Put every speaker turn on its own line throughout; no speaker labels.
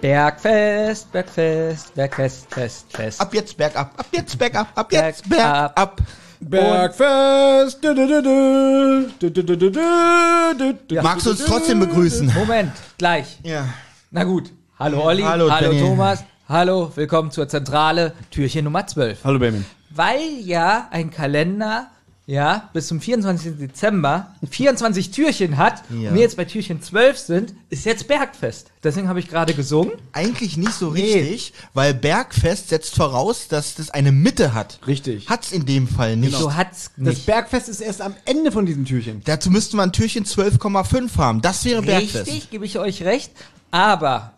Bergfest, Bergfest, Bergfest, Fest, Fest.
Ab jetzt bergab, ab jetzt bergab, ab jetzt bergab.
Bergfest. Du, du, du, du, du, du, du, du, du, du,
Und Magst du uns trotzdem begrüßen?
Moment, gleich.
Ja.
Na gut. Hallo Olli,
Hallo,
hallo,
Benny.
Thomas, hallo, willkommen zur Zentrale, Türchen Nummer 12.
Hallo Benjamin.
Weil ja ein Kalender ja bis zum 24. Dezember 24 Türchen hat
Ja.
und wir jetzt bei Türchen 12 sind, ist jetzt Bergfest. Deswegen habe ich gerade gesungen.
Eigentlich nicht so richtig, weil Bergfest setzt voraus, dass das eine Mitte hat.
Richtig.
Hat's in dem Fall nicht.
So hat's
Das
nicht.
Bergfest ist erst am Ende von diesem Türchen.
Dazu müsste man Türchen 12,5 haben. Das wäre Bergfest.
Richtig, gebe ich euch recht, aber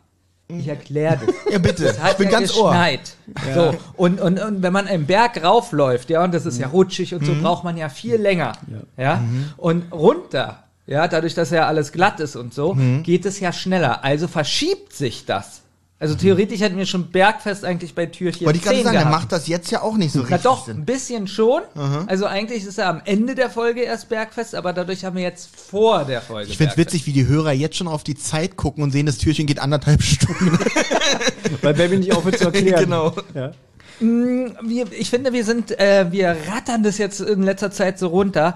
ich erkläre das.
Ja, bitte.
Es hat
Ich bin
ja
ganz ohr.
geschneit. So. Und, und, und wenn man einen Berg raufläuft, ja, und das
Mhm.
ist ja rutschig und so, braucht man ja viel länger. Ja. Und runter, ja, dadurch, dass ja alles glatt ist und so,
Mhm.
geht es ja schneller. Also verschiebt sich das. Also theoretisch hätten wir schon Bergfest eigentlich bei Türchen
Wollte ich gerade
10
sagen, der
gehabt.
macht das jetzt ja auch nicht so
Na
richtig
doch, ein
Sinn.
bisschen schon. Also eigentlich ist er am Ende der Folge erst Bergfest, aber dadurch haben wir jetzt vor der Folge
Ich find's
Bergfest.
witzig, wie die Hörer jetzt schon auf die Zeit gucken und sehen, das Türchen geht anderthalb Stunden.
Weil Benjamin nicht aufhört zu erklären.
Genau.
Ja.
Wir, ich finde, wir sind, äh, wir rattern das jetzt in letzter Zeit so runter.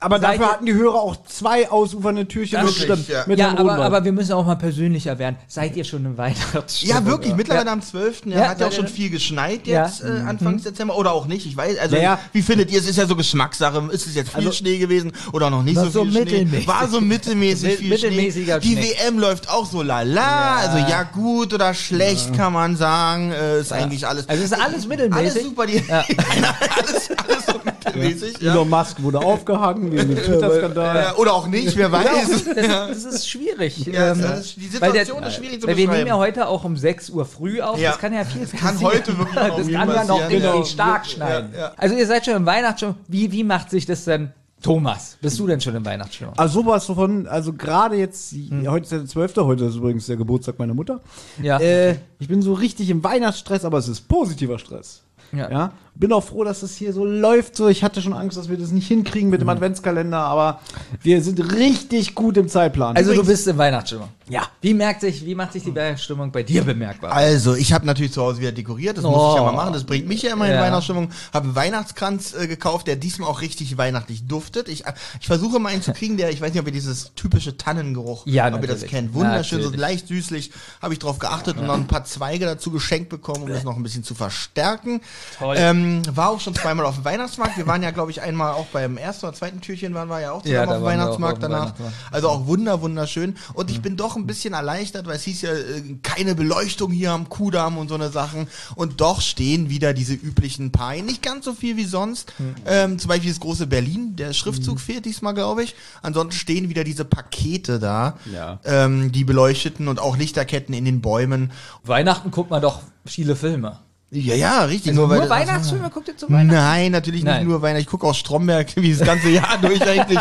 Aber
Seid
dafür
ihr-
hatten die Hörer auch zwei ausufernde Türchen
Das
mit,
stimmt, ja.
mit
ja,
Herrn
aber,
Rodenwald.
aber wir müssen auch mal persönlicher werden. Seid ihr schon im Weihnachtsstimmung?
Ja, wirklich. Mittlerweile am 12. Ja,
Ja,
hat ja auch
da-
schon viel geschneit
Ja. Mhm.
jetzt äh, Anfang Dezember oder auch nicht. Ich weiß, also
Naja.
wie findet ihr es? Ist ja so Geschmackssache. Ist es jetzt viel
Also-
Schnee gewesen oder noch nicht
War
so,
so
viel Schnee?
mittelmäßig.
War so mittelmäßig
Mit-
viel
mittelmäßiger
Schnee. Die
Schnee.
WM läuft auch so lala. Also ja, gut oder schlecht kann man sagen. Äh, ist eigentlich alles.
Also es ist alles
alles
mittelmäßig.
super, die alles, alles so mittelmäßig. Ja.
Elon Musk wurde aufgehangen wegen dem Twitter-Skandal.
Äh, Oder auch nicht, wer weiß.
Das, das ist schwierig.
Ja,
ähm,
das- die
weil
Situation ist schwierig zu
weil Wir nehmen
beschreiben.
ja heute auch um 6 Uhr früh auf.
Ja.
Das kann ja viel Das
kann heute wirklich noch
Das
viel
kann ja noch
passieren, ja.
richtig stark schneiden.
Ja, ja.
Also ihr seid schon im Weihnachtsstimmung. Wie, wie macht sich das denn, Thomas? Bist du denn schon im Weihnachtsstimmung?
Also sowas von, also gerade jetzt, heute ist der 12., heute ist übrigens der Geburtstag meiner Mutter.
Ja.
Äh, ich bin so richtig im Weihnachtsstress, aber es ist positiver Stress.
Ja.
Bin auch froh, dass das hier so läuft. So, ich hatte schon Angst, dass wir das nicht hinkriegen mit dem
Mhm.
Adventskalender, aber wir sind richtig gut im Zeitplan.
Also du
Übrigens-
bist in Weihnachtsstimmung.
Ja.
Wie merkt sich, wie macht sich die Weihnachtsstimmung bei dir bemerkbar?
Also, ich habe natürlich zu Hause wieder dekoriert, das muss ich ja
Oh.
mal machen, das bringt mich ja immer in
Ja.
Weihnachtsstimmung. Habe einen Weihnachtskranz äh, gekauft, der diesmal auch richtig weihnachtlich duftet. Ich, äh, ich versuche mal einen zu kriegen, der, ich weiß nicht, ob ihr dieses typische Tannengeruch,
Ja,
ob ihr das
natürlich.
kennt. Wunderschön, so
Natürlich.
leicht süßlich, habe ich drauf geachtet und dann ein paar Zweige dazu geschenkt bekommen, um das noch ein bisschen zu verstärken.
Toll.
Ähm, war auch schon zweimal auf dem Weihnachtsmarkt. Wir waren ja, glaube ich, einmal auch beim ersten oder zweiten Türchen waren wir ja auch zusammen
Ja, da
auf
waren
dem
wir auch
Weihnachtsmarkt
auf dem
danach.
Weihnachtsmarkt.
Also auch wunder, wunderschön. Und ich bin doch ein bisschen erleichtert, weil es hieß ja, äh, keine Beleuchtung hier am Kudamm und so eine Sachen. Und doch stehen wieder diese üblichen Paar. Nicht ganz so viel wie sonst.
Hm.
Ähm, zum Beispiel das große Berlin, der Schriftzug fehlt diesmal, glaube ich. Ansonsten stehen wieder diese Pakete da,
Ja.
ähm, die beleuchteten und auch Lichterketten in den Bäumen.
Weihnachten guckt man doch viele Filme.
Ja, ja, richtig.
Also nur
weil-
Weihnachtsfilme guckt ihr zu Weihnachten?
Nein, natürlich
Nein.
nicht nur Weihnachten. Ich gucke auch Stromberg wie das ganze Jahr durch eigentlich.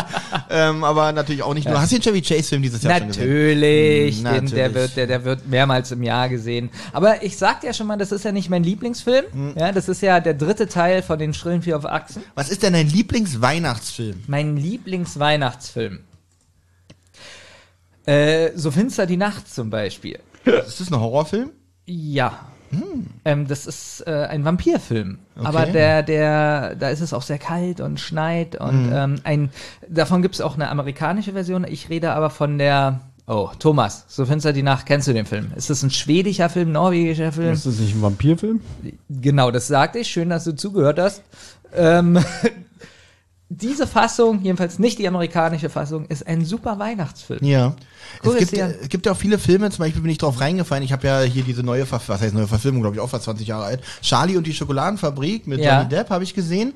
ähm, aber natürlich auch nicht nur. Hast du den Chevy Chase Film dieses Jahr schon gesehen?
Natürlich, Den,
Mm,
der,
natürlich.
wird, der, der wird mehrmals im Jahr gesehen. Aber ich sagte ja schon mal, das ist ja nicht mein Lieblingsfilm.
Hm.
Ja, das ist ja der dritte Teil von den Schrillen Vier auf Achsen.
Was ist denn dein Lieblingsweihnachtsfilm?
Mein Lieblingsweihnachtsfilm. Äh, so finster die Nacht zum Beispiel.
Ist das ein Horrorfilm?
Ja. Ähm, das ist äh, ein Vampirfilm.
Hm. Okay.
Aber der, der, da ist es auch sehr kalt und schneit und
Hm.
ähm, ein, davon gibt es auch eine amerikanische Version. Ich rede aber von der. Oh, Thomas, so finster die Nacht, kennst du den Film? Ist das ein schwedischer Film, norwegischer Film?
Ist das nicht ein Vampirfilm?
Genau, das sagte ich. Schön, dass du zugehört hast. Ähm, diese Fassung, jedenfalls nicht die amerikanische Fassung, ist ein super Weihnachtsfilm.
Ja.
Cool,
es gibt,
ist ja-
ja. Es gibt ja auch viele Filme, zum Beispiel bin ich drauf reingefallen. Ich habe ja hier diese neue, Verf was heißt neue Verfilmung, glaube ich, auch fast 20 Jahre alt. Charlie und die Schokoladenfabrik mit
Ja.
Johnny Depp habe ich gesehen.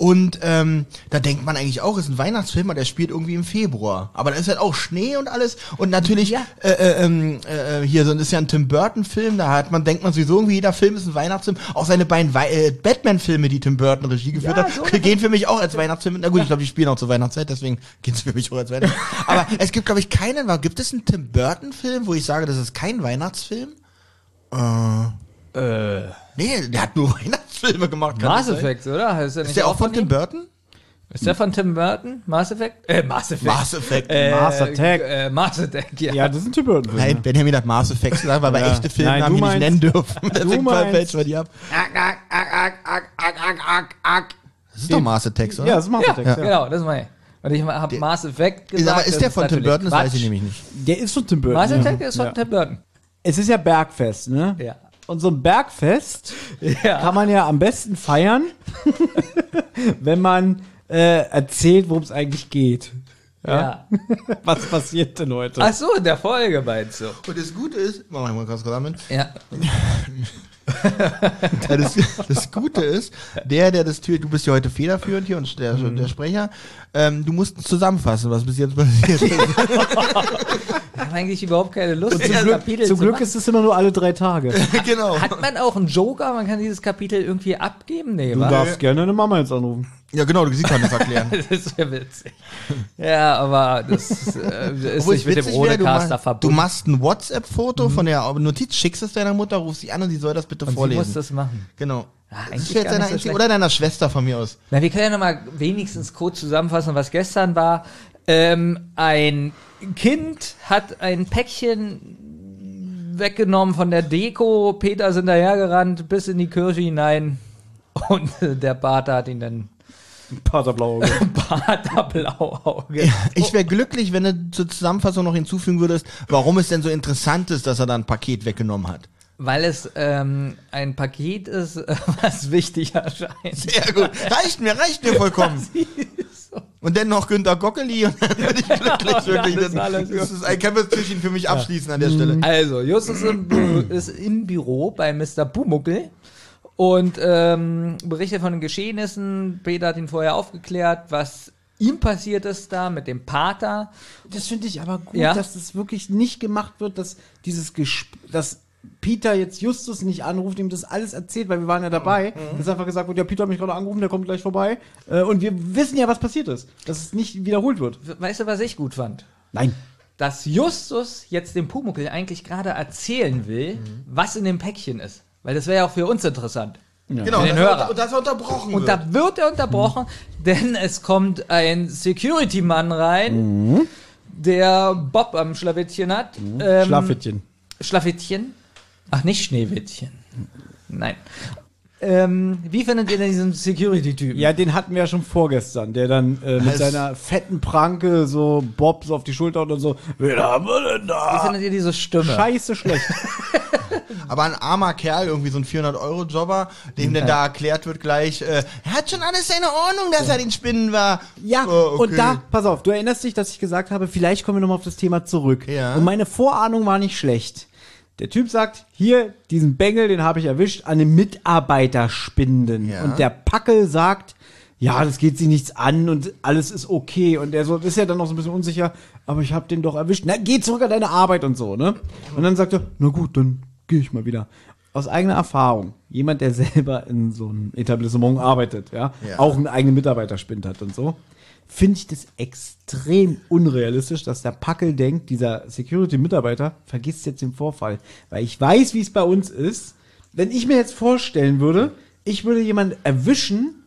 Und ähm, da denkt man eigentlich auch, ist ein Weihnachtsfilm, aber der spielt irgendwie im Februar. Aber da ist halt auch Schnee und alles. Und natürlich
Ja.
äh, äh, ähm, äh, äh, hier so das ist ja ein Tim Burton Film. Da hat man denkt man sowieso irgendwie jeder Film ist ein Weihnachtsfilm. Auch seine beiden Wei- äh, Batman Filme, die Tim Burton Regie geführt
Ja,
hat,
so
gehen für mich auch als Weihnachtsfilm. Na gut, ich glaube, die spielen auch zur Weihnachtszeit, deswegen gehen sie für mich auch als Weihnachtsfilm. Aber es gibt, glaube ich, keinen. War, gibt es einen Tim Burton-Film, wo ich sage, das ist kein Weihnachtsfilm? Äh.
Äh,
Nee, der hat nur Weihnachtsfilme gemacht. kann
Mass
das sein?
Effect, oder? Ist, ja
Ist
nicht
der
auch
auch von
ihm?
Tim Burton?
Ist der von Tim Burton? Mass Effect? Äh, Mass Effect.
Mass Effect.
äh,
Mars Attack.
Äh, Mars Attack, ja.
Ja, das sind Tim ne? Burton.
Nein, Benjamin hat Mass Effect gesagt, weil wir
Ja.
echte Filme
Nein,
haben
du
die nicht
meinst-
nennen dürfen. Deswegen
meinst-
fälschen wir die ab. Das ist doch Mass Effect, oder?
Ja, das ist Mars
Ja,
Attack. Ja.
genau, das meine ich. Und ich habe Mass Effect
ist,
gesagt.
aber ist
das
der von Tim
natürlich
Burton? Das weiß ich
Quatsch.
nämlich nicht. Mhm.
Der ist von Tim Burton.
Mars Attack
ja.
ist von
ja.
Tim Burton.
Es ist ja Bergfest, ne?
Ja.
Und so ein Bergfest
Ja.
kann man ja am besten feiern, wenn man äh, erzählt, worum es eigentlich geht.
ja.
Was passiert denn heute?
Ach so, in der Folge meinst du.
Und das Gute ist, mach mal ganz kurz damit.
Ja.
Ja, das, das Gute ist, der, der das Tür, du bist ja heute federführend hier und der,
Mhm.
der Sprecher, ähm, du musst zusammenfassen, was bis jetzt passiert ist.
Ich habe eigentlich überhaupt keine Lust,
Und zum
dieses
Glück,
Kapitel
zum
zu
Glück
machen.
ist es immer nur alle drei Tage.
genau.
Hat man auch einen Joker? Man kann dieses Kapitel irgendwie abgeben? Nee,
Du
wa?
darfst gerne deine Mama jetzt anrufen.
Ja, genau, sie kann das erklären.
Das wäre witzig. Ja, aber das äh, ist
Obwohl
nicht
es
mit dem
witzig wäre,
Rodecaster
du machst- Du
verbunden. Mhm.
machst ein WhatsApp-Foto von der Notiz, schickst es deiner Mutter, rufst sie an und sie soll das bitte
Und sie
vorlesen.
muss das machen.
genau.
Ah,
das
eigentlich
ist
gar
jetzt deiner
nicht so
einzigen,
schlecht.
oder deiner Schwester von mir aus.
Na, wir können ja nochmal wenigstens kurz zusammenfassen, was gestern war. Ähm, ein Kind hat ein Päckchen weggenommen von der Deko. Peter ist hinterhergerannt bis in die Kirche hinein. Und äh, der Pater hat ihn dann
Pater Blauauge.
Pater Blauauge.
Ich wäre glücklich, wenn du zur Zusammenfassung noch hinzufügen würdest, warum es denn so interessant ist, dass er da ein Paket weggenommen hat.
Weil es ähm, ein Paket ist, was wichtig erscheint.
Ja gut, reicht mir, reicht mir vollkommen. Und dann noch Günter Gockeli und dann bin ich glücklich, wirklich.
alles,
Das,
alles
das ist ein Kämpfertürchen für mich abschließen an der Stelle.
Also, Justus im Bü- ist im Büro bei Mr. Bumuckel und ähm, berichtet von den Geschehnissen. Peter hat ihn vorher aufgeklärt, was ihm passiert ist da mit dem Pater.
Das finde ich aber gut,
Ja?
dass das wirklich nicht gemacht wird, dass dieses Gesp dass Peter jetzt Justus nicht anruft, ihm das alles erzählt, weil wir waren ja dabei. Dass einfach gesagt wurde, ja, Peter hat mich gerade angerufen, der kommt gleich vorbei. Äh, und wir wissen ja, was passiert ist. Dass es nicht wiederholt wird.
Weißt du, was ich gut fand?
Nein.
Dass Justus jetzt dem Pumuckel eigentlich gerade erzählen will, was in dem Päckchen ist. Weil das wäre ja auch für uns interessant.
Genau,
Für den
dass er-
Hörer.
und dass er unterbrochen
Und
wird.
da wird er unterbrochen,
Hm.
denn es kommt ein Security-Mann rein,
Hm.
der Bob am Schlawittchen hat. Ähm,
Schlaffittchen.
Schlafittchen? Ach, nicht Schneewittchen. Nein. Ähm, wie findet ihr denn diesen Security-Typen?
Ja, den hatten wir ja schon vorgestern, der dann äh, mit
Es-
seiner fetten Pranke so Bob so auf die Schulter und dann so, wen haben wir denn
Wie
da?
findet ihr diese Stimme?
Scheiße schlecht.
Aber ein armer Kerl, irgendwie so ein 400-Euro-Jobber, dem dann da erklärt wird gleich, äh, er hat schon alles seine Ordnung, dass er den Spinnen war.
Ja,
Oh, okay.
und da, pass auf, du erinnerst dich, dass ich gesagt habe, vielleicht kommen wir nochmal auf das Thema zurück.
Ja.
Und meine Vorahnung war nicht schlecht. Der Typ sagt, hier, diesen Bengel, den habe ich erwischt, an den Mitarbeiterspinden.
Ja.
Und der Packel sagt, ja, das geht sie nichts an und alles ist okay. Und er so, ist ja dann noch so ein bisschen unsicher, aber ich habe den doch erwischt. Na, geh zurück an deine Arbeit und so, ne? Und dann sagt er, na gut, dann gehe ich mal wieder. Aus eigener Erfahrung, jemand, der selber in so einem Etablissement arbeitet, ja,
Ja.
auch einen eigenen Mitarbeiterspind hat und so, finde ich das extrem unrealistisch, dass der Packel denkt, dieser Security-Mitarbeiter vergisst jetzt den Vorfall. Weil ich weiß, wie es bei uns ist. Wenn ich mir jetzt vorstellen würde, ich würde jemanden erwischen,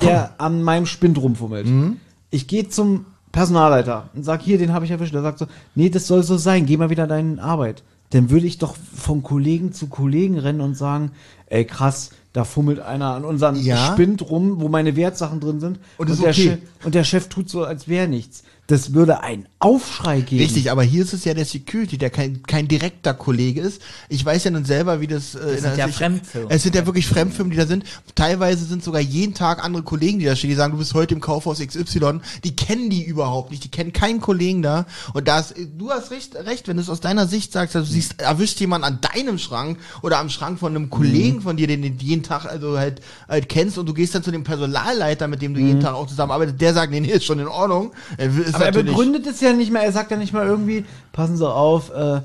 der an meinem Spind rumfummelt.
Mhm.
Ich gehe zum Personalleiter und sage, hier, den habe ich erwischt. Der sagt so, nee, das soll so sein, geh mal wieder an deine Arbeit. Dann würde ich doch von Kollegen zu Kollegen rennen und sagen, ey krass, da fummelt einer an unserem
Ja.
Spind rum, wo meine Wertsachen drin sind.
Und ist
der
okay.
Che- und der Chef tut so, als wäre nichts. Das würde einen Aufschrei geben.
Richtig, aber hier ist es ja der Security, der kein, kein direkter Kollege ist. Ich weiß ja nun selber, wie das. Äh, in
sind
der-
ja
ich-
Fremdfirmen.
Es sind ja wirklich Fremdfirmen, die da sind. Teilweise sind sogar jeden Tag andere Kollegen, die da stehen, die sagen, du bist heute im Kaufhaus XY. Die kennen die überhaupt nicht. Die kennen keinen Kollegen da. Und da ist, du hast recht, recht, wenn du es aus deiner Sicht sagst, also du siehst, erwischt jemand an deinem Schrank oder am Schrank von einem Kollegen von dir, den du jeden Tag also halt, halt kennst und du gehst dann zu dem Personalleiter, mit dem du jeden Tag auch zusammenarbeitest, der sagt, nee, nee, ist schon in Ordnung. Äh, ist
Aber er
natürlich-
begründet es ja nicht mehr, er sagt ja nicht mal irgendwie, passen Sie auf, äh,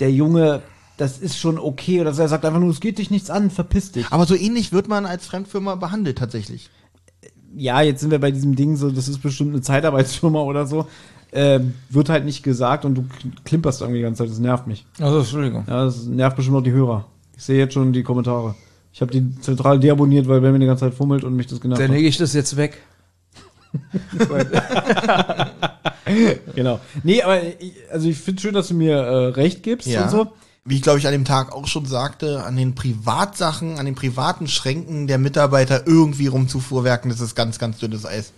der Junge, das ist schon okay. Oder so. er sagt einfach nur, es geht dich nichts an, verpiss dich.
Aber so ähnlich wird man als Fremdfirma behandelt tatsächlich.
ja, jetzt sind wir bei diesem Ding so, das ist bestimmt eine Zeitarbeitsfirma oder so. Ähm, wird halt nicht gesagt und du klimperst irgendwie die ganze Zeit, das nervt mich.
Also, Entschuldigung.
Ja, das nervt bestimmt auch die Hörer. Ich sehe jetzt schon die Kommentare. Ich habe die zentral deabonniert, weil Ben mir die ganze Zeit fummelt und mich das genervt
Dann
hat.
lege ich das jetzt weg.
genau. Nee, aber ich, also ich finde schön, dass du mir äh, recht gibst
Ja.
und so.
Wie ich glaube ich an dem Tag auch schon sagte, an den Privatsachen, an den privaten Schränken der Mitarbeiter irgendwie rumzufuhrwerken, das ist ganz, ganz dünnes Eis.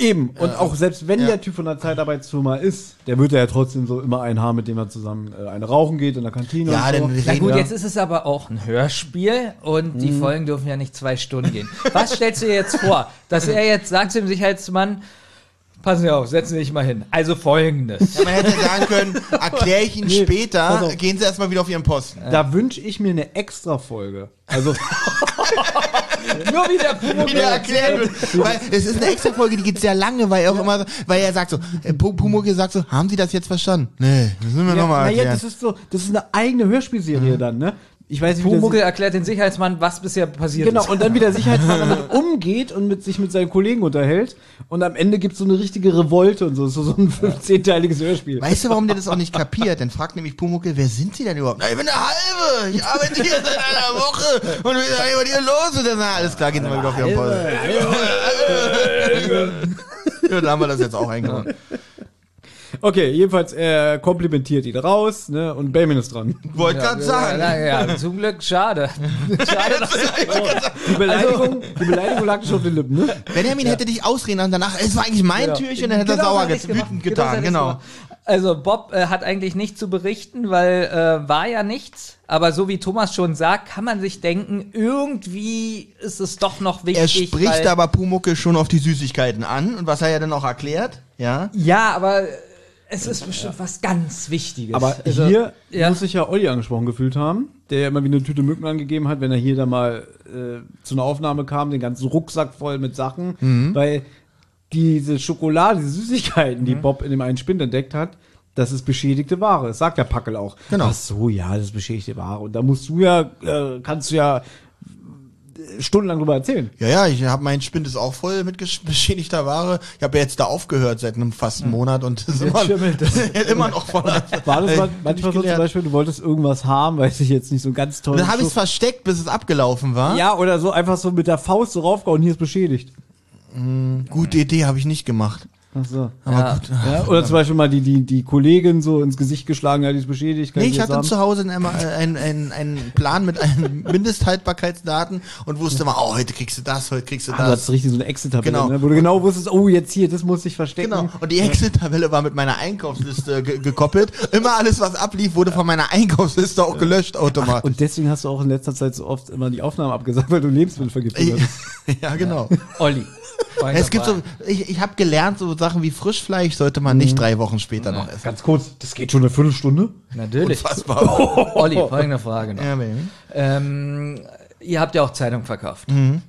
Eben. Und auch selbst wenn
ja.
der Typ von der Zeitarbeitsfirma ist, der wird ja trotzdem so immer einen haben, mit dem er zusammen äh, eine rauchen geht in der Kantine.
Ja,
und so.
dann reden
Na gut,
wir.
jetzt ist es aber auch ein Hörspiel und die Folgen dürfen ja nicht zwei Stunden gehen. Was stellst du dir jetzt vor? Dass er jetzt sagt zu dem Sicherheitsmann, passen Sie auf, setzen Sie sich mal hin. Also folgendes.
Ja, man hätte sagen können, erkläre ich Ihnen
Nee, pass
später,
auf.
gehen Sie erstmal wieder auf Ihren Posten.
Da wünsche ich mir eine extra Folge. Also,
Nur wieder
Wieder erklärt wird. Weil es ist eine extra Folge, die geht sehr lange, weil er auch immer, weil er sagt so, äh, Pu- Pumuckl sagt so, haben Sie das jetzt verstanden? Nee, müssen wir nochmal
naja,
erklären.
das ist so, das ist eine eigene Hörspielserie dann, ne? Ich weiß nicht, wie der
Pumuckl erklärt den Sicherheitsmann, was bisher passiert
Genau,
ist.
und dann wie der Sicherheitsmann damit umgeht und mit sich mit seinen Kollegen unterhält. Und am Ende gibt's so eine richtige Revolte und so. So, so ein 15-teiliges Hörspiel.
Weißt du, warum der das auch nicht kapiert? Dann fragt nämlich Pumuckl, wer sind Sie denn überhaupt? Na, ich bin der Halbe, ich arbeite hier seit einer Woche und wir sind über dir los. Und dann, na, alles klar, gehen Sie mal wieder auf Ihren Posten. Ja, da haben wir das jetzt auch eingebaut.
Okay, jedenfalls, er komplimentiert ihn raus, ne? Und Benjamin ist dran.
Wollte gerade
Ja,
sagen.
na, ja, zum Glück, schade. Schade, dass
Die Beleidigung, die Beleidigung lag schon auf den Lippen, ne?
Benjamin hätte dich ausreden lassen danach, es war eigentlich mein
Ja.
Türchen, dann hätte er
Genau,
sauer
das
get
hat er nicht gemacht.
wütend getan,
das hat er
genau.
nicht gemacht. Also Bob äh, hat eigentlich nichts zu berichten, weil äh, war ja nichts. Aber so wie Thomas schon sagt, kann man sich denken, irgendwie ist es doch noch wichtig.
genau. Er spricht
weil,
aber Pumuckl schon auf die Süßigkeiten an und was hat er dann auch erklärt? Ja.
Ja, aber es ist bestimmt was ganz Wichtiges.
Aber
Also,
hier
ja.
muss sich ja Olli angesprochen gefühlt haben, der ja immer wie eine Tüte Mücken angegeben hat, wenn er hier dann mal äh, zu einer Aufnahme kam, den ganzen Rucksack voll mit Sachen,
Mhm.
weil diese Schokolade, diese Süßigkeiten,
Mhm.
die Bob in dem einen Spind entdeckt hat, das ist beschädigte Ware. Das sagt der Packel auch.
Genau.
Ach so, ja, das ist beschädigte Ware. Und da musst du ja, äh, kannst du ja äh, stundenlang drüber erzählen.
Ja, ja, ich habe mein Spind ist auch voll mit gesch- beschädigter Ware. Ich habe ja jetzt da aufgehört seit einem fast
Hm.
einen Monat und ist immer,
schimmelt
immer noch voller.
War das
Äh,
mal-
bin
manchmal
ich
so zum
gelehrt.
Beispiel, du wolltest irgendwas haben, weiß ich jetzt nicht, so einen ganz toll.
Dann habe ich es versteckt, bis es abgelaufen war.
ja, oder so einfach so mit der Faust so raufgehauen, hier ist beschädigt.
Gute Idee habe ich nicht gemacht.
Ach so.
Aber gut.
Ja, oder zum Beispiel mal die, die, die Kollegin so ins Gesicht geschlagen, ja, die ist beschädigt. kann
Nee, ich
jetzt
hatte
haben.
zu Hause einen, einen, einen, einen Plan mit einem Mindesthaltbarkeitsdaten und wusste immer, oh, heute kriegst du das, heute kriegst du
Ah, du
das.
hattest richtig so eine Exit-Tabelle,
Genau.
ne, wo du genau wusstest, oh, jetzt hier, das muss ich verstecken.
Genau. Und die Excel-Tabelle war mit meiner Einkaufsliste ge gekoppelt. Immer alles, was ablief, wurde von meiner Einkaufsliste auch gelöscht automatisch.
Und deswegen hast du auch in letzter Zeit so oft immer die Aufnahmen abgesagt, weil du Lebensmittel vergiftet hast.
ja, genau.
Olli. Freund
Es gibt
dabei.
so, ich, ich habe gelernt, so Sachen wie Frischfleisch sollte man nicht drei Wochen später noch essen.
Ganz kurz, das geht schon eine Viertelstunde.
Natürlich.
Unfassbar.
Olli, folgende Frage noch.
Ja, Baby.
Ähm, ihr habt ja auch Zeitung verkauft.
Hm,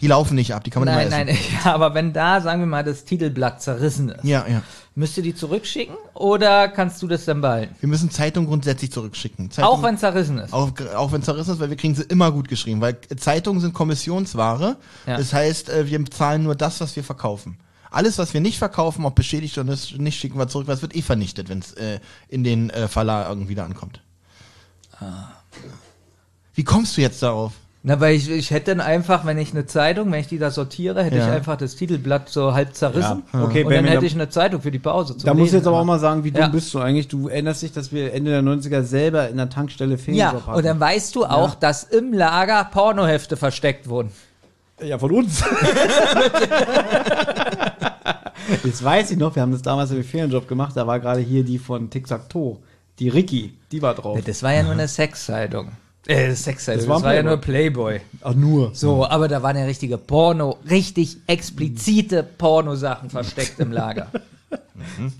die laufen nicht ab, die kann man
Nein,
immer essen.
nein, ja, aber wenn da, sagen wir mal, das Titelblatt zerrissen ist,
Ja, ja.
müsst ihr die zurückschicken oder kannst du das dann behalten?
Wir müssen Zeitung grundsätzlich zurückschicken. Zeitung,
Auch wenn es zerrissen ist.
auch, auch wenn zerrissen ist, weil wir kriegen sie immer gut geschrieben, weil Zeitungen sind Kommissionsware.
Ja.
Das heißt, äh, wir zahlen nur das, was wir verkaufen. Alles, was wir nicht verkaufen, ob beschädigt oder nicht, schicken wir zurück, weil es wird eh vernichtet, wenn es äh, in den äh, Verlag irgendwie da ankommt.
Ah.
Wie kommst du jetzt darauf?
Na, weil ich, ich hätte dann einfach, wenn ich eine Zeitung, wenn ich die da sortiere, hätte
Ja. Hm.
ich einfach das Titelblatt so halb zerrissen.
Ja. Okay,
und dann
Benjamin,
hätte
da-
ich eine Zeitung für die Pause zum
Da muss ich
Lesen.
jetzt aber auch mal sagen, wie
Ja.
dumm bist du eigentlich. Du erinnerst dich, dass wir Ende der 90er selber in der Tankstelle
Ja,
Ferienjob
und dann weißt du auch, dass im Lager Pornohefte versteckt wurden.
Ja, von uns. Jetzt weiß ich noch, wir haben das damals im Ferienjob gemacht, da war gerade hier die von Tic Tac Toe, die Ricky, die war
Oh.
drauf.
Ne, Das war ja nur eine Sexzeitung. Äh, Sexzeitung, das war,
Das war
ja
Playboy. Hm.
nur Playboy.
Ach, nur.
So, aber da waren ja richtige Porno, richtig explizite Pornosachen versteckt im Lager.
Mhm.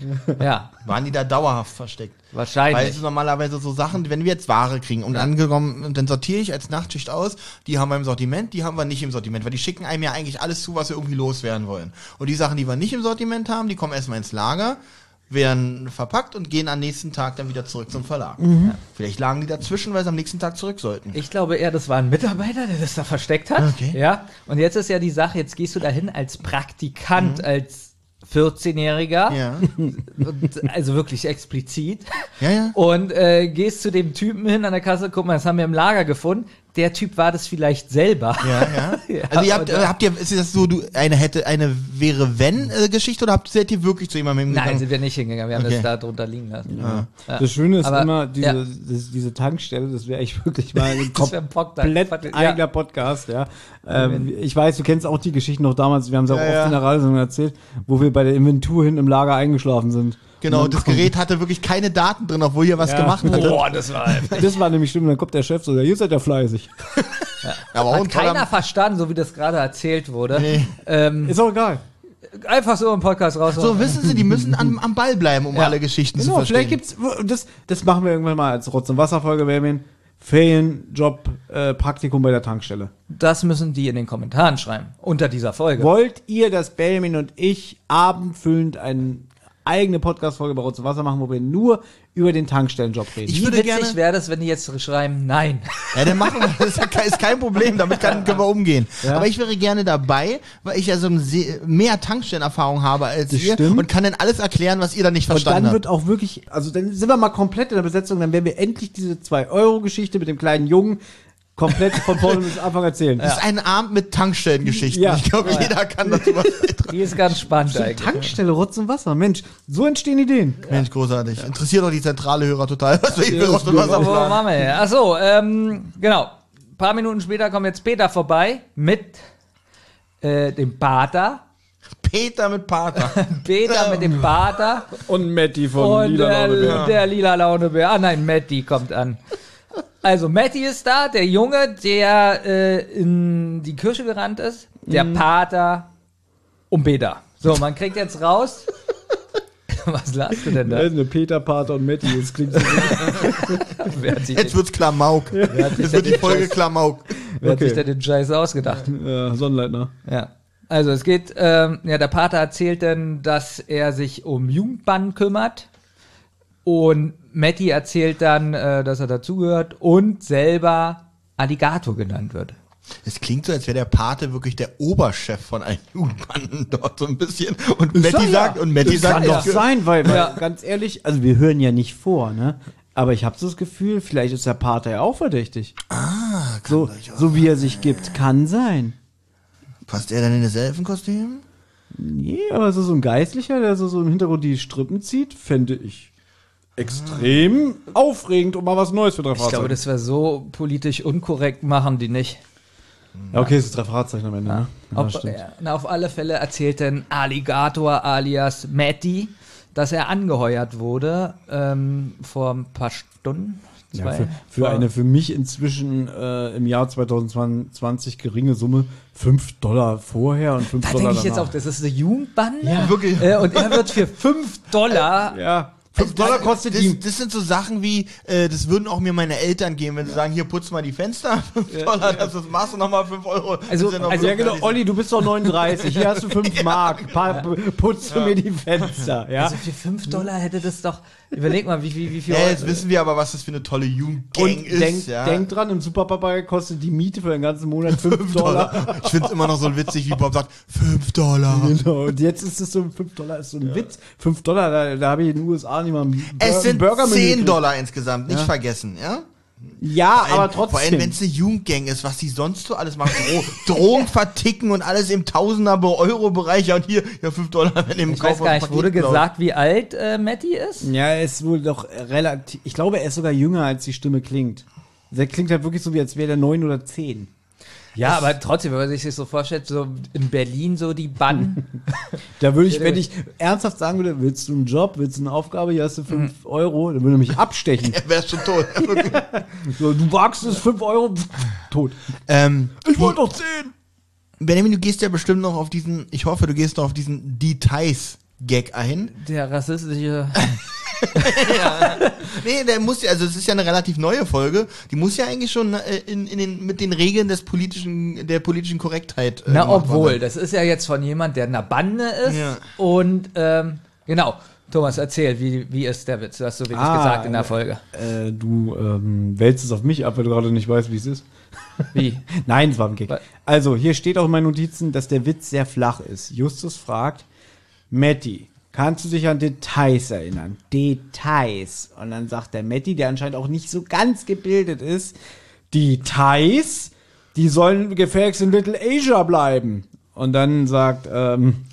ja,
Waren die da dauerhaft versteckt? Weil es
wahrscheinlich.
ist normalerweise so Sachen, wenn wir jetzt Ware kriegen und angekommen, und dann sortiere ich als Nachtschicht aus, die haben wir im Sortiment, die haben wir nicht im Sortiment, weil die schicken einem ja eigentlich alles zu, was wir irgendwie loswerden wollen. Und die Sachen, die wir nicht im Sortiment haben, die kommen erstmal ins Lager, werden verpackt und gehen am nächsten Tag dann wieder zurück zum Verlag.
Mhm.
Ja. Vielleicht lagen die dazwischen, weil sie am nächsten Tag zurück sollten.
Ich glaube eher, das war ein Mitarbeiter, der das da versteckt hat.
Okay.
Ja. Und jetzt ist ja die Sache, jetzt gehst du dahin als Praktikant, als 14-Jähriger.
Mhm. Ja.
Und, also wirklich explizit.
Ja, ja.
Und äh, gehst zu dem Typen hin an der Kasse, guck mal, das haben wir im Lager gefunden. der Typ war das vielleicht selber.
Ja, ja.
Ja,
Also ihr habt,
oder-
äh, habt ihr, ist das so, du eine hätte, eine wäre wenn äh, Geschichte oder habt, seid ihr wirklich zu jemandem
Nein, also
hingegangen?
sind wir nicht hingegangen. Wir haben
Okay.
das da drunter liegen lassen. Ja.
Das Schöne ist
Aber,
immer, diese,
ja.
das, diese Tankstelle, das wäre echt wirklich mal ein
Das wär ein Podcast.
komplett
Ja.
eigener Podcast, ja. Ähm, ich weiß, du kennst auch die Geschichten noch damals, wir haben sie auch oft in der Radiosendung erzählt, wo wir bei der Inventur hin im Lager eingeschlafen sind.
genau,
Und dann
das Gerät hatte wirklich keine Daten drin, obwohl ihr was
Ja.
gemacht hattet.
Boah, das war heftig.
kommt, das war nämlich schlimm, dann kommt der Chef so, ja, ihr seid ja fleißig.
Aber
Hat
und
keiner
verdammt-
verstanden, so wie das gerade erzählt wurde.
Nee.
Ähm,
Ist auch egal.
einfach so im Podcast raus.
so wissen Sie, die müssen am, am Ball bleiben, um
Ja.
alle Geschichten
Genau,
zu
vielleicht
verstehen.
gibt's, das, das machen wir irgendwann mal als Rotz- und Wasserfolge, Benjamin. Ferienjob, äh, Praktikum bei der Tankstelle.
das müssen die in den Kommentaren schreiben. Unter dieser Folge.
Wollt ihr, dass Benjamin und ich abendfüllend eine eigene Podcast-Folge bei Rotz und Wasser machen, wo wir nur über den Tankstellenjob reden?
Ich
Wie
würde
witzig
gerne-
wäre das, wenn die jetzt schreiben, nein.
Ja, dann machen wir das. Ist, ja kein, ist kein Problem, damit kann, können wir umgehen.
Ja.
Aber ich wäre gerne dabei, weil ich ja so ein se- mehr Tankstellenerfahrung habe als
Das
ihr
stimmt.
und kann dann alles erklären, was ihr da nicht
und
verstanden
dann
habt.
wird auch wirklich, also dann sind wir mal komplett in der Besetzung, dann werden wir endlich diese 2-Euro-Geschichte mit dem kleinen Jungen komplett von vorne bis Anfang erzählen.
Das ist ein Abend mit Tankstellengeschichten.
Ja.
Ich glaube, jeder kann das was
Die ist ganz spannend
Stimmt,
eigentlich.
Tankstelle, Rotz und Wasser. Mensch, so entstehen Ideen.
Mensch, großartig. Interessiert doch die zentrale Hörer total, was wir hier für Rost und
Wo
Wasser planen.
waren wir denn? Ach so, ähm, genau. Ein paar Minuten später kommt jetzt Peter vorbei mit äh, dem Pater.
Peter mit Pater.
Peter mit
Ähm.
dem Pater
Und Matti
äh,
und der, der lila Launebär. Ah nein, Matti kommt an. Also Matti ist da, der Junge, der äh, in die Kirche gerannt ist, der
Mhm.
Pater und Peter. So, man kriegt jetzt raus. Was lasst du denn
Ne?
da?
Äh,
Peter, Pater und Matti, das klingt so
Wer hat sich
Jetzt
denn,
wird's Klamauk.
hat sich
Jetzt wird
denn
die
den
Folge
Scheiß-
Klamauk.
wer hat sich
Okay.
denn den Scheiß ausgedacht?
äh, Sonnenleitner.
Ja. Also es geht, ähm, ja, der Pater erzählt dann, dass er sich um Jugendbann kümmert. Und Matti erzählt dann, äh, dass er dazugehört und selber Alligator genannt wird.
Es klingt so, als wäre der Pate wirklich der Oberchef von allen Jugendbanden dort so ein bisschen. Und
Ist er
Matti
ja.
sagt, und Matti
Das kann
sagt
doch
noch.
sein, weil, weil
Ja.
ganz ehrlich, also wir hören ja nicht vor, ne? Aber ich habe so das Gefühl, vielleicht ist der Pater ja auch verdächtig. Ah, so, so wie er sich gibt, kann sein.
Passt er denn in das Elfenkostüm?
Nee, aber so, so ein Geistlicher, der so, so im Hintergrund die Strippen zieht, fände ich extrem aufregend und mal was Neues für drei
Ich glaube, das wäre so politisch unkorrekt, machen die nicht.
ja, okay, es ist drei Fahrzeichen am Ende, ne? Ja,
auf,
stimmt.
äh, na, auf alle Fälle erzählt denn Alligator alias Matti, dass er angeheuert wurde ähm, vor ein paar Stunden.
Ja,
zwei.
für, für
Vor-
eine für mich inzwischen äh, im Jahr 2020 geringe Summe 5 Dollar vorher und 5
Da
Dollar
denke
danach.
ich jetzt auch, das ist eine Jugendbande.
Ja. Wirklich.
Äh, und er wird für 5 Dollar.
Ja, 5 Dollar kostet
Also das,
die.
das sind so Sachen wie, äh, das würden auch mir meine Eltern geben, wenn sie sagen, hier putz mal die Fenster. 5 Dollar, das ist, machst du nochmal 5 Euro.
Also-
Das sind noch
also
Also ja
fünf
genau,
Dollar.
Olli, du bist doch 39, hier hast du 5 Mark, pa putzt du mir die Fenster, ja?
Also für 5 Dollar hätte das doch. Überleg mal, wie, wie, wie viel.
Ja, jetzt wissen wir aber, was das für eine tolle Jugendgang
und
ist.
denk,
ja.
denk dran, im Superpapagei kostet die Miete für den ganzen Monat 5 Dollar.
Ich find's immer noch so witzig, wie Bob sagt, 5 Dollar.
Genau, und jetzt ist es so, 5 Dollar ist so ein Witz. 5 Dollar, da, da habe ich in den USA niemanden
Es sind 10 Dollar insgesamt, nicht vergessen, ja?
Ja,
Vor allem-
aber trotzdem.
Vor allem, wenn es eine Jugendgang ist, was die sonst so alles machen. Dro Drogen verticken und alles im Tausender-Euro-Bereich. Ja, und hier, ja, 5 Dollar, wenn im
ich weiß gar nicht, wurde gesagt, wie alt äh, Matti ist?
Ja, er ist wohl doch relativ. Ich glaube, er ist sogar jünger, als die Stimme klingt. Der klingt halt wirklich so, wie als wäre der neun oder zehn.
Ja, aber trotzdem, wenn man sich das so vorstellt, so in Berlin so die Bann.
Da würde ich, wenn ich ernsthaft sagen würde, willst du einen Job, willst du eine Aufgabe, hier hast du fünf Euro, dann würde er mich abstechen.
Er wär schon tot. Ja, wirklich.
So, du wagst es, fünf Euro, pff, tot.
ähm,
Ich wollte doch zehn.
Benjamin, du gehst ja bestimmt noch auf diesen, ich hoffe, du gehst noch auf diesen Details-Gag ein.
der rassistische.
Nee, der muss ja, also es ist ja eine relativ neue Folge, die muss ja eigentlich schon äh, in, in den, mit den Regeln des politischen, der politischen Korrektheit. äh,
Na,
gemacht worden
obwohl,
sein.
das ist ja jetzt von jemand, der in einer Bande ist.
Ja.
Und ähm, genau, Thomas, erzähl, wie, wie ist der Witz? Du hast so wenig
Ah,
gesagt in der
ja.
Folge.
Äh, du ähm, wälzt es auf mich ab, weil du gerade nicht weißt, wie es ist.
Wie?
Nein, es war ein Gag.
Weil-
Also, hier steht auch in meinen Notizen, dass der Witz sehr flach ist. Justus fragt, Matti, kannst du dich an Details erinnern? Details. Und dann sagt der Matti, der anscheinend auch nicht so ganz gebildet ist, die Thais, die sollen gefälligst in Little Asia bleiben. Und dann sagt ähm,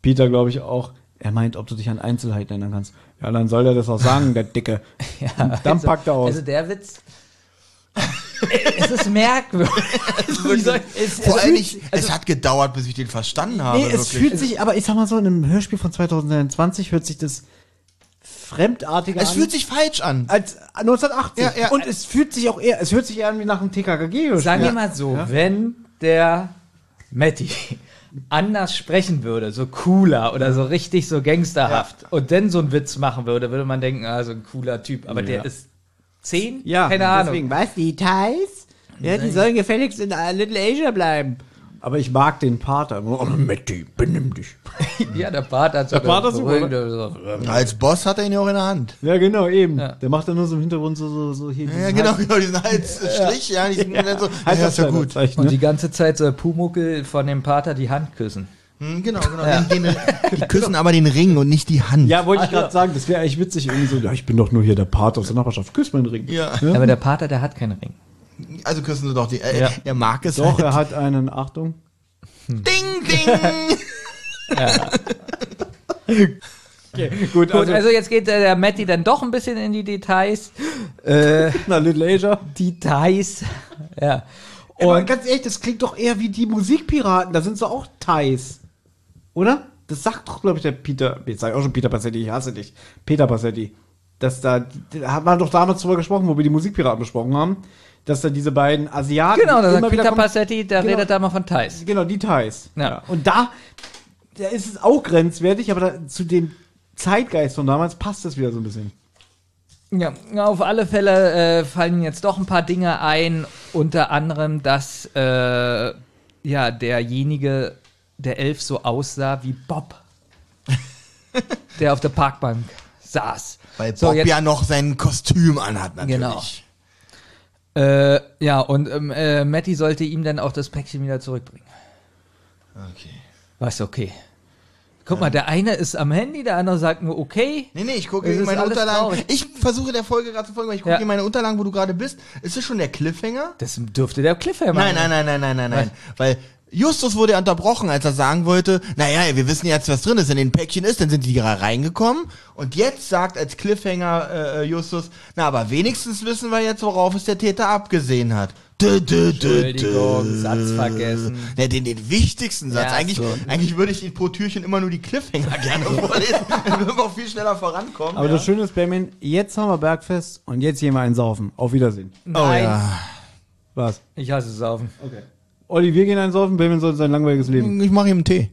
Peter, glaube ich, auch, er meint, ob du dich an Einzelheiten erinnern kannst. Ja, dann soll er das auch sagen, der Dicke. Und dann packt er aus.
Also der Witz. es ist merkwürdig. Wie soll- es- also-
Vor
es-
allem, ich, es hat gedauert, bis ich den verstanden habe.
Nee, es
wirklich.
fühlt sich, aber ich sag mal so, in einem Hörspiel von 2021 hört sich das fremdartiger
es
an.
fühlt sich falsch an.
als 1980.
Ja, ja.
Und es fühlt sich auch eher, es hört sich eher an wie nach einem TKKG.
Sagen wir mal so, wenn der Matti anders sprechen würde, so cooler oder so richtig so gangsterhaft und dann so einen Witz machen würde, würde man denken, ah, so ein cooler Typ. Aber der
Ja.
ist zehn?
Ja,
Keine Ahnung.
was? Die Thais? Ja, die sollen gefälligst in äh, Little Asia bleiben. Aber ich mag den Pater. Oh, Matti, benimm dich.
Ja, der Bart hat so
Der Bart hat so-
beruhigende- so.
Als Boss hat er ihn ja auch in der Hand.
Ja, genau, eben.
Ja.
Der macht dann nur so im Hintergrund so, so, so hier.
Ja, genau, genau, diesen Halsstrich, ja, diesen, so, ja,
Halt
ist ja gut.
Und die ganze Zeit soll Pumuckel von dem Pater die Hand küssen.
Hm, genau, genau. Den, den, die küssen aber den Ring und nicht die Hand.
Ja, wollte ich gerade sagen, das wäre eigentlich witzig. Irgendwie so, ja, ich bin doch nur hier der Pater aus der Nachbarschaft. Küss meinen Ring.
Ja.
Aber der Pater, der hat keinen Ring.
Also küssen sie doch die. Äh,
Ja.
Er mag es
Doch,
Halt.
er hat einen, Achtung.
Ding, ding!
Gut,
Gut, also jetzt geht äh, der Matti dann doch ein bisschen in die Details. Äh,
na, Little Asia.
Details. ja.
Aber
Und
ganz ehrlich, das klingt doch eher wie die Musikpiraten. Da sind sie auch Thais. Oder? Das sagt doch, glaube ich, der Peter. Jetzt sag ich auch schon Peter Passetti, ich hasse dich. Peter Passetti. Dass da, da hat man doch damals drüber gesprochen, wo wir die Musikpiraten besprochen haben, dass da diese beiden Asiaten.
genau, da
die
sagt
immer wieder
Peter
kommen-
Passetti, der
Genau.
redet da mal von Thais.
Genau, die Thais.
Ja.
Und da, da ist es auch grenzwertig, aber da, zu dem Zeitgeist von damals passt das wieder so ein bisschen.
Ja, auf alle Fälle äh, fallen jetzt doch ein paar Dinge ein, unter anderem, dass äh, ja derjenige, der Elf so aussah wie Bob, der auf der Parkbank saß.
Weil Bob
so, jetzt,
ja noch sein Kostüm anhat, natürlich.
Genau. äh, ja, und ähm, äh, Matti sollte ihm dann auch das Päckchen wieder zurückbringen. Genau.
Okay.
Was okay. Guck mal, der eine ist am Handy, der andere sagt nur okay.
Nee, nee, ich gucke
Es
in
ist
meine
alles
Unterlagen.
traurig.
Ich versuche der Folge gerade zu folgen, weil ich gucke
Ja.
in meine Unterlagen, wo du gerade bist. Ist das schon der Cliffhanger?
Das dürfte der Cliffhanger
Nein, nein, nein, nein, nein, nein, nein. Weil Justus wurde ja unterbrochen, als er sagen wollte, naja, wir wissen jetzt, was drin ist, in den Päckchen ist, dann sind die gerade reingekommen. Und jetzt sagt als Cliffhanger äh, äh, Justus, na, aber wenigstens wissen wir jetzt, worauf es der Täter abgesehen hat. Dö, dö, dö,
Entschuldigung,
dö.
Satz vergessen.
Na, den, den wichtigsten Satz.
Ja,
eigentlich,
so.
eigentlich würde ich pro Türchen immer nur die Cliffhanger gerne vorlesen. Dann würden wir auch viel schneller vorankommen.
Aber
ja.
das Schöne ist, Benjamin, jetzt haben wir Bergfest und jetzt gehen wir einen saufen. Auf Wiedersehen.
Nein.
Was?
Ich hasse Saufen.
Olli, wir gehen einen saufen, Benjamin soll sein langweiliges Leben.
Ich mache ihm einen Tee.